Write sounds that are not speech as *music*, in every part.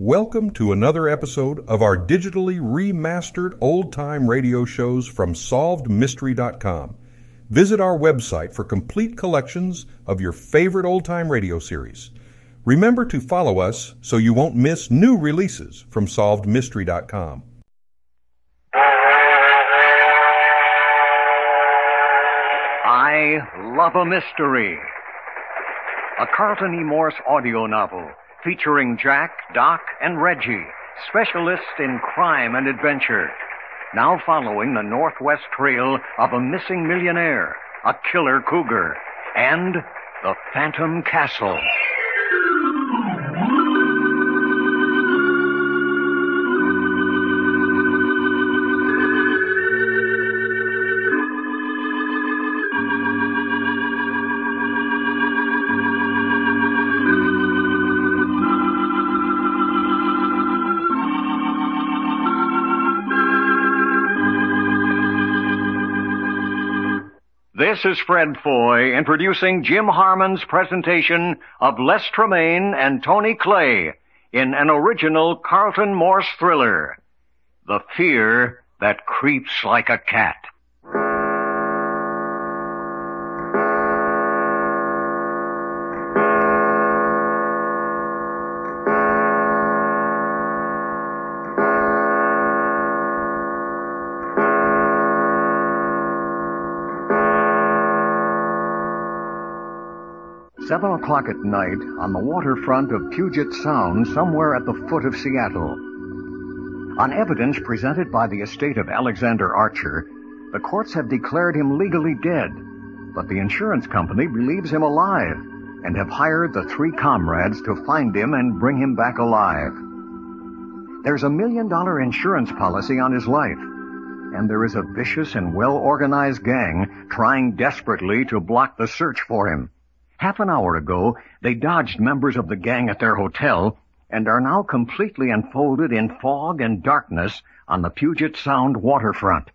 Welcome to another episode of our digitally remastered old time radio shows from SolvedMystery.com. Visit our website for complete collections of your favorite old time radio series. Remember to follow us so you won't miss new releases from SolvedMystery.com. I Love a Mystery. A Carlton E. Morse audio novel featuring Jack, Doc, and Reggie, specialists in crime and adventure. Now following the Northwest Trail of a missing millionaire, a killer cougar, and the Phantom Castle. This is Fred Foy introducing Jim Harmon's presentation of Les Tremaine and Tony Clay in an original Carlton Morse thriller, The Fear That Creeps Like a Cat. Seven o'clock at night on the waterfront of Puget Sound, somewhere at the foot of Seattle. On evidence presented by the estate of Alexander Archer, the courts have declared him legally dead, but the insurance company believes him alive and have hired the three comrades to find him and bring him back alive. There's a million dollar insurance policy on his life, and there is a vicious and well organized gang trying desperately to block the search for him. Half an hour ago, they dodged members of the gang at their hotel and are now completely enfolded in fog and darkness on the Puget Sound waterfront.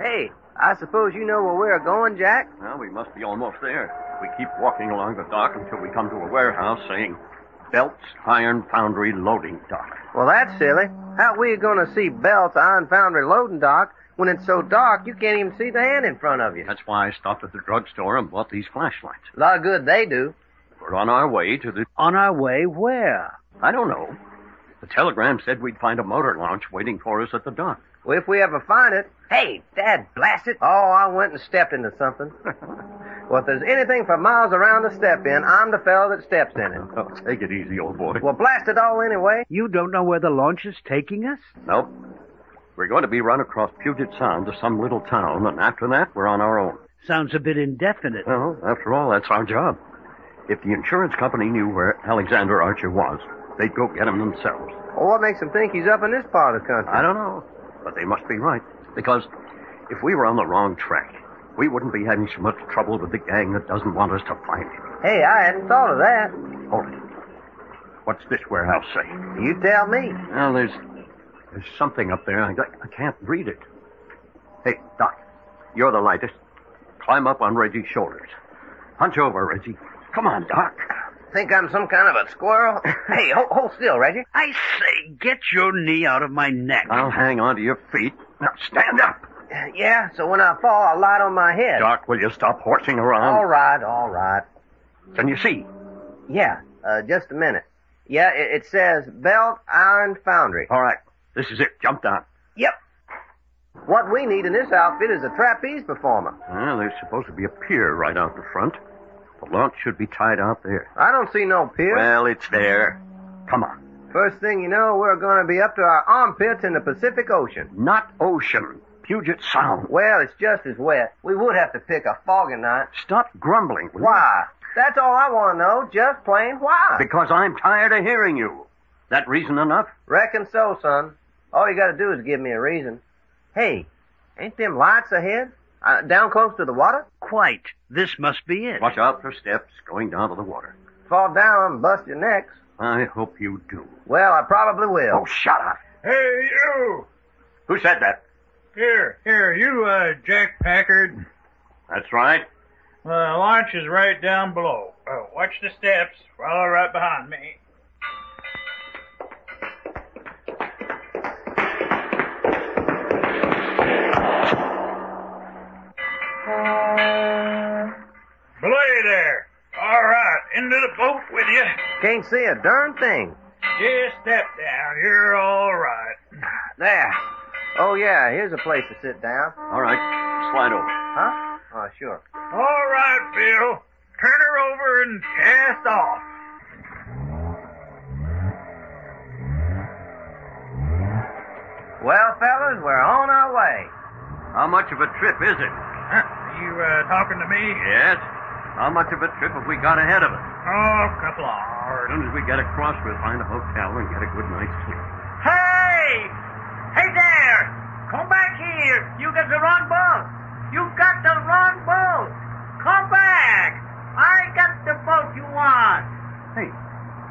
Hey, I suppose you know where we're going, Jack? Well, we must be almost there. We keep walking along the dock until we come to a warehouse saying, Belts Iron Foundry Loading Dock. Well, that's silly. How we going to see Belt's Iron Foundry loading dock when it's so dark you can't even see the hand in front of you? That's why I stopped at the drugstore and bought these flashlights. A lot of good they do. We're on our way to the. On our way where? I don't know. The telegram said we'd find a motor launch waiting for us at the dock. Well, if we ever find it. Hey, Dad, blast it. Oh, I went and stepped into something. well, if there's anything for miles around to step in, I'm the fellow that steps in it. Oh, take it easy, old boy. Well, blast it all anyway. You don't know where the launch is taking us? Nope. We're going to be run across Puget Sound to some little town, and after that, we're on our own. Sounds a bit indefinite. Well, after all, that's our job. If the insurance company knew where Alexander Archer was, they'd go get him themselves. Well, what makes him think he's up in this part of the country? I don't know, but they must be right. Because if we were on the wrong track, we wouldn't be having so much trouble with the gang that doesn't want us to find him. Hey, I hadn't thought of that. Hold it. What's this warehouse say? You tell me. Well, there's there's something up there. I, I can't read it. Hey, Doc, you're the lightest. Climb up on Reggie's shoulders. Hunch over, Reggie. Come on, Doc. Think I'm some kind of a squirrel? hey, hold, hold still, Reggie. I say, get your knee out of my neck. I'll hang on to your feet. Now stand up. Yeah, so when I fall, I'll light on my head. Doc, will you stop horsing around? All right, all right. Oh. Can you see? Yeah, uh, just a minute. Yeah, it, it says Belt Iron Foundry. All right. This is it. Jump down. Yep. What we need in this outfit is a trapeze performer. Well, there's supposed to be a pier right out the front. The launch should be tied out there. I don't see no pier. Well, it's there. Come on. First thing you know, we're going to be up to our armpits in the Pacific Ocean. Not ocean. Puget Sound. Well, it's just as wet. We would have to pick a foggy night. Stop grumbling. will you? Why? That's all I want to know. Just plain why. Because I'm tired of hearing you. That reason enough? Reckon so, son. All you got to do is give me a reason. Hey, ain't them lights ahead? Uh, down close to the water? Quite. This must be it. Watch out for steps going down to the water. Fall down and bust your necks. I hope you do. Well, I probably will. Oh, shut up. Hey, you! Who said that? Here, here, you, uh, Jack Packard. That's right. The Uh, launch is right down below. Uh, watch the steps. Follow right behind me. Can't see a darn thing. Just step down. You're all right. There. Oh, yeah, here's a place to sit down. All right, slide over. Huh? Oh, sure. All right, Bill. Turn her over and cast off. Well, fellas, we're on our way. How much of a trip is it? Huh? You uh, talking to me? Yes. How much of a trip have we got ahead of us? Oh, a couple of As hours. soon as we get across, we'll find a hotel and get a good night's sleep. Hey! Hey there! Come back here! You got the wrong ball! You got the wrong ball! Come back! I got the boat you want! Hey,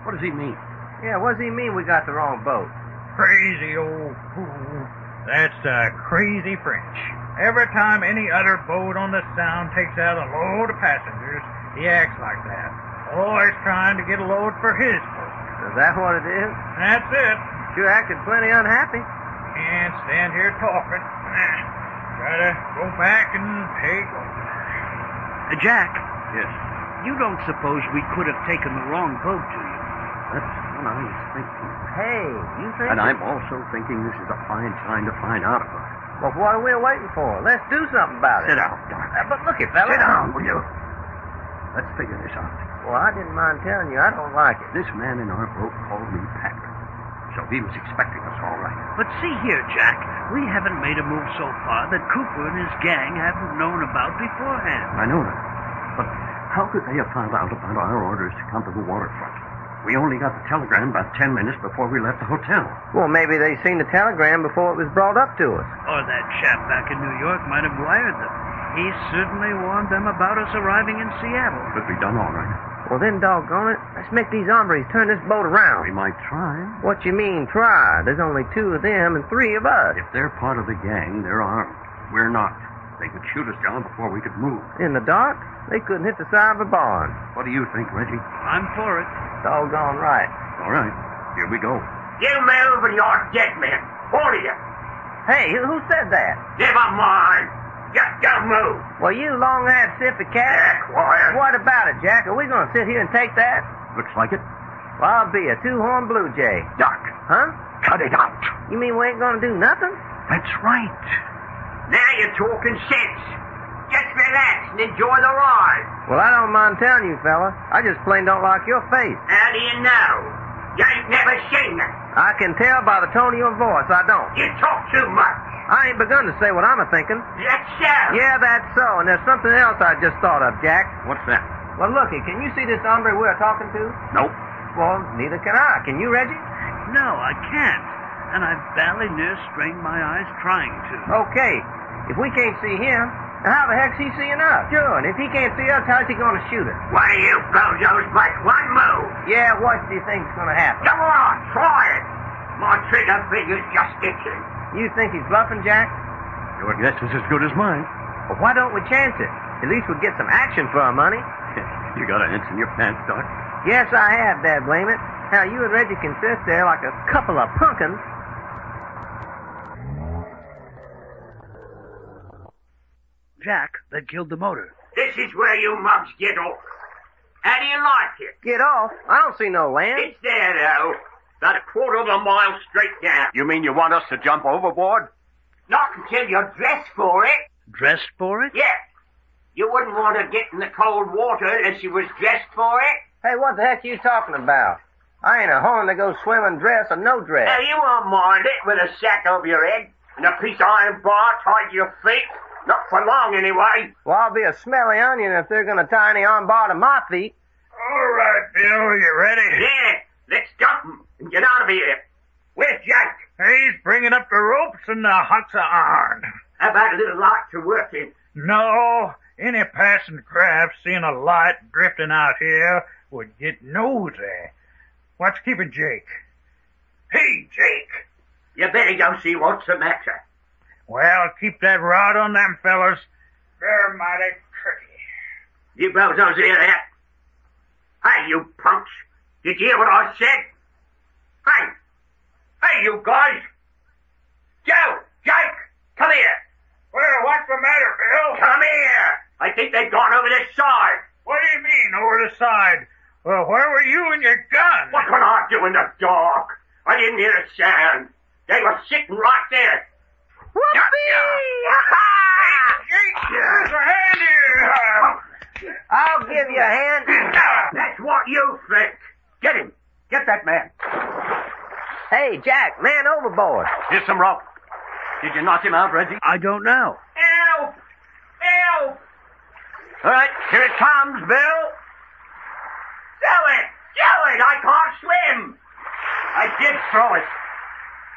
what does he mean? Yeah, what does he mean we got the wrong boat? Crazy old fool. That's uh, crazy French. Every time any other boat on the Sound takes out a load of passengers, he acts like that. Always trying to get a load for his boat. Is that what it is? That's it. You acted plenty unhappy. Can't stand here talking. Gotta go back and take Uh, Jack, Yes, you don't suppose we could have taken the wrong boat, do you? that's what I was thinking. Hey, you think? And I'm also thinking this is a fine time to find out about it. Well, what are we waiting for? Let's do something about it. Sit down, Doc. Uh, but look at fella. Sit down, will you? Let's figure this out. Well, I didn't mind telling you, I don't like it. This man in our boat called me Packard, so he was expecting us all right. But see here, Jack, we haven't made a move so far that Cooper and his gang haven't known about beforehand. I know that. But how could they have found out about our orders to come to the waterfront? We only got the telegram about ten minutes before we left the hotel. Well, maybe they seen the telegram before it was brought up to us. Or that chap back in New York might have wired them. He certainly warned them about us arriving in Seattle. Could be done all right. Well, then, doggone it, let's make these hombres turn this boat We around. might try. What you mean, try? There's only two of them and three of us. If they're part of the gang, they're armed. We're not. They could shoot us down before we could move. In the dark, they couldn't hit the side of a barn. What do you think, Reggie? I'm for it. Doggone right. All right, here we go. You move and you're dead, man. All of you. Hey, who who said that? Never mind. Just don't move. Well, you long-haired sippy Jack, cat. Warren. What about it, Jack? Are we going to sit here and take that? Looks like it. Well, I'll be a two-horned blue jay. Doc, Huh? cut it out. You mean we ain't going to do nothing? That's right. Now you're talking sense. Just relax and enjoy the ride. Well, I don't mind telling you, fella. I just plain don't like your face. How do you know? You ain't never seen them. I can tell by the tone of your voice, I don't. You talk too much. I ain't begun to say what I'm a thinking. That's so. Yeah, that's so. And there's something else I just thought of, Jack. What's that? Well, looky, can you see this hombre we're talking to? Nope. Well, neither can I. Can you, Reggie? No, I can't. And I've barely near strained my eyes trying to. Okay. If we can't see him, then how the heck's he seeing us? Sure, and if he can't see us, how's he gonna shoot us? One of you bozos make one move. Yeah, what do you think's gonna happen? Come on, try it. My trigger finger's just itching. You think he's bluffing, Jack? Your guess is as good as mine. *laughs* Well, why don't we chance it? At least we'll get some action for our money. You got ants in your pants, Doc. Yes, I have, Dad, blame it. Now, you and Reggie can sit there like a couple of punkins. Jack, they killed the motor. This is where you mugs get off. How do you like it? Get off. I don't see no land. It's there, though. About a quarter of a mile straight down. You mean you want us to jump overboard? Not until you're dressed for it. Dressed for it? Yeah. You wouldn't want to get in the cold water unless you was dressed for it. Hey, what the heck you talking about? I ain't a horn to go swimming dress or no Now, dress. you won't mind it with a sack over your head and a piece of iron bar tied to your feet. Not for long, anyway. Well, I'll be a smelly onion if they're gonna tie any on bar to my feet. All right, Bill, you ready? Yeah, let's dump 'em and get out of here. Where's Jake? He's bringing up the ropes and the hooks of iron. How about a little light to work in? No, any passing craft seeing a light drifting out here would get nosy. What's keeping Jake? Hey, Jake. You better go see what's the matter. Well, keep that rod on them fellas. They're mighty tricky. You bozos hear that? Hey, you punks. Did you hear what I said? Hey. Hey, you guys. Joe, Jake, come here. Well, what's the matter, Bill? Come here. I think they've gone over this side. What do you mean, over the side? Well, where were you and your gun? What could I do in the dark? I didn't hear a sound. They were sitting right there. Whoopee! Jake, here's a hand here. I'll give you a hand. That's what you think. Get him. Get that man. Hey, Jack, man overboard. Here's some rope. Did you knock him out, Reggie? I don't know. Help! Help! All right, here it comes, Bill. Do it! Do it! I can't swim! I did throw it.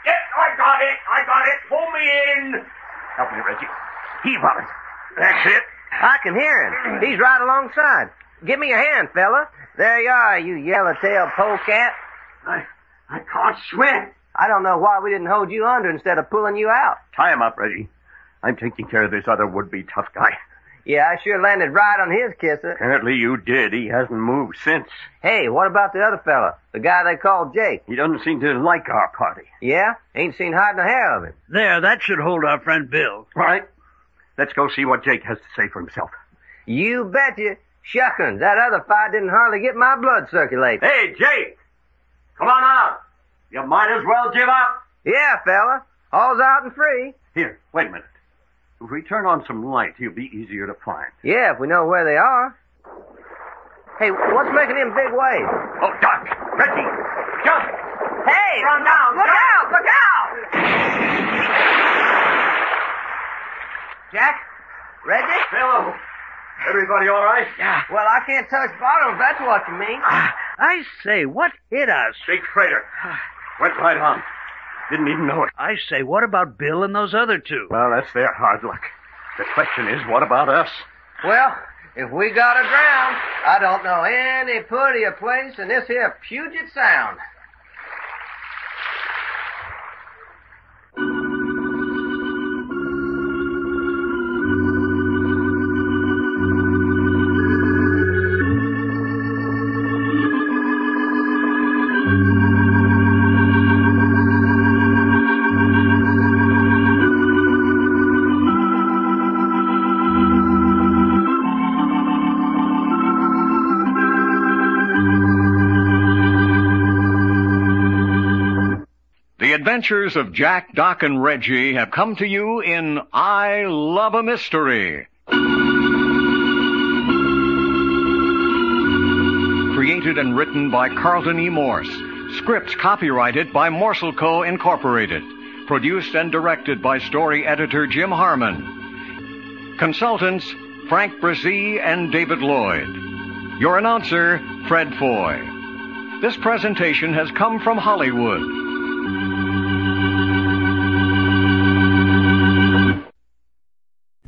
Yes, I got it! I got it! Pull me in! Help me, Reggie. Heave on it. That's it. I can hear him. He's right alongside. Give me your hand, fella. There you are, you yellow-tailed polecat. I, I can't swim. I don't know why we didn't hold you under instead of pulling you out. Tie him up, Reggie. I'm taking care of this other would-be tough guy. Yeah, I sure landed right on his kisser. Apparently you did. He hasn't moved since. Hey, what about the other fella? The guy they called Jake? He doesn't seem to like our party. Yeah? Ain't seen hide nor hair of him. There, that should hold our friend Bill. All right. Let's go see what Jake has to say for himself. You betcha. Shuckins, that other fight didn't hardly get my blood circulating. Hey, Jake! Come on out! You might as well give up. Yeah, fella. All's out and free. Here, wait a minute. If we turn on some light, he'll be easier to find. Yeah, if we know where they are. Hey, what's making them big waves? Oh, Doc! Reggie! Jump! Hey! Run down! Look Jump! out! Look out! Jack? Reggie? Hello! Everybody all right? Yeah. Well, I can't touch bottom if that's what you mean. I say, what hit us? Big freighter. Went right on. Didn't even know it. I say, what about Bill and those other two? Well, that's their hard luck. The question is, what about us? Well, if we gotta drown, I don't know any puttier place than this here Puget Sound. The adventures of Jack, Doc, and Reggie have come to you in I Love a Mystery. Created and written by Carlton E. Morse. Scripts copyrighted by Morsel Co. Incorporated. Produced and directed by story editor Jim Harmon. Consultants Frank Brzee and David Lloyd. Your announcer, Fred Foy. This presentation has come from Hollywood.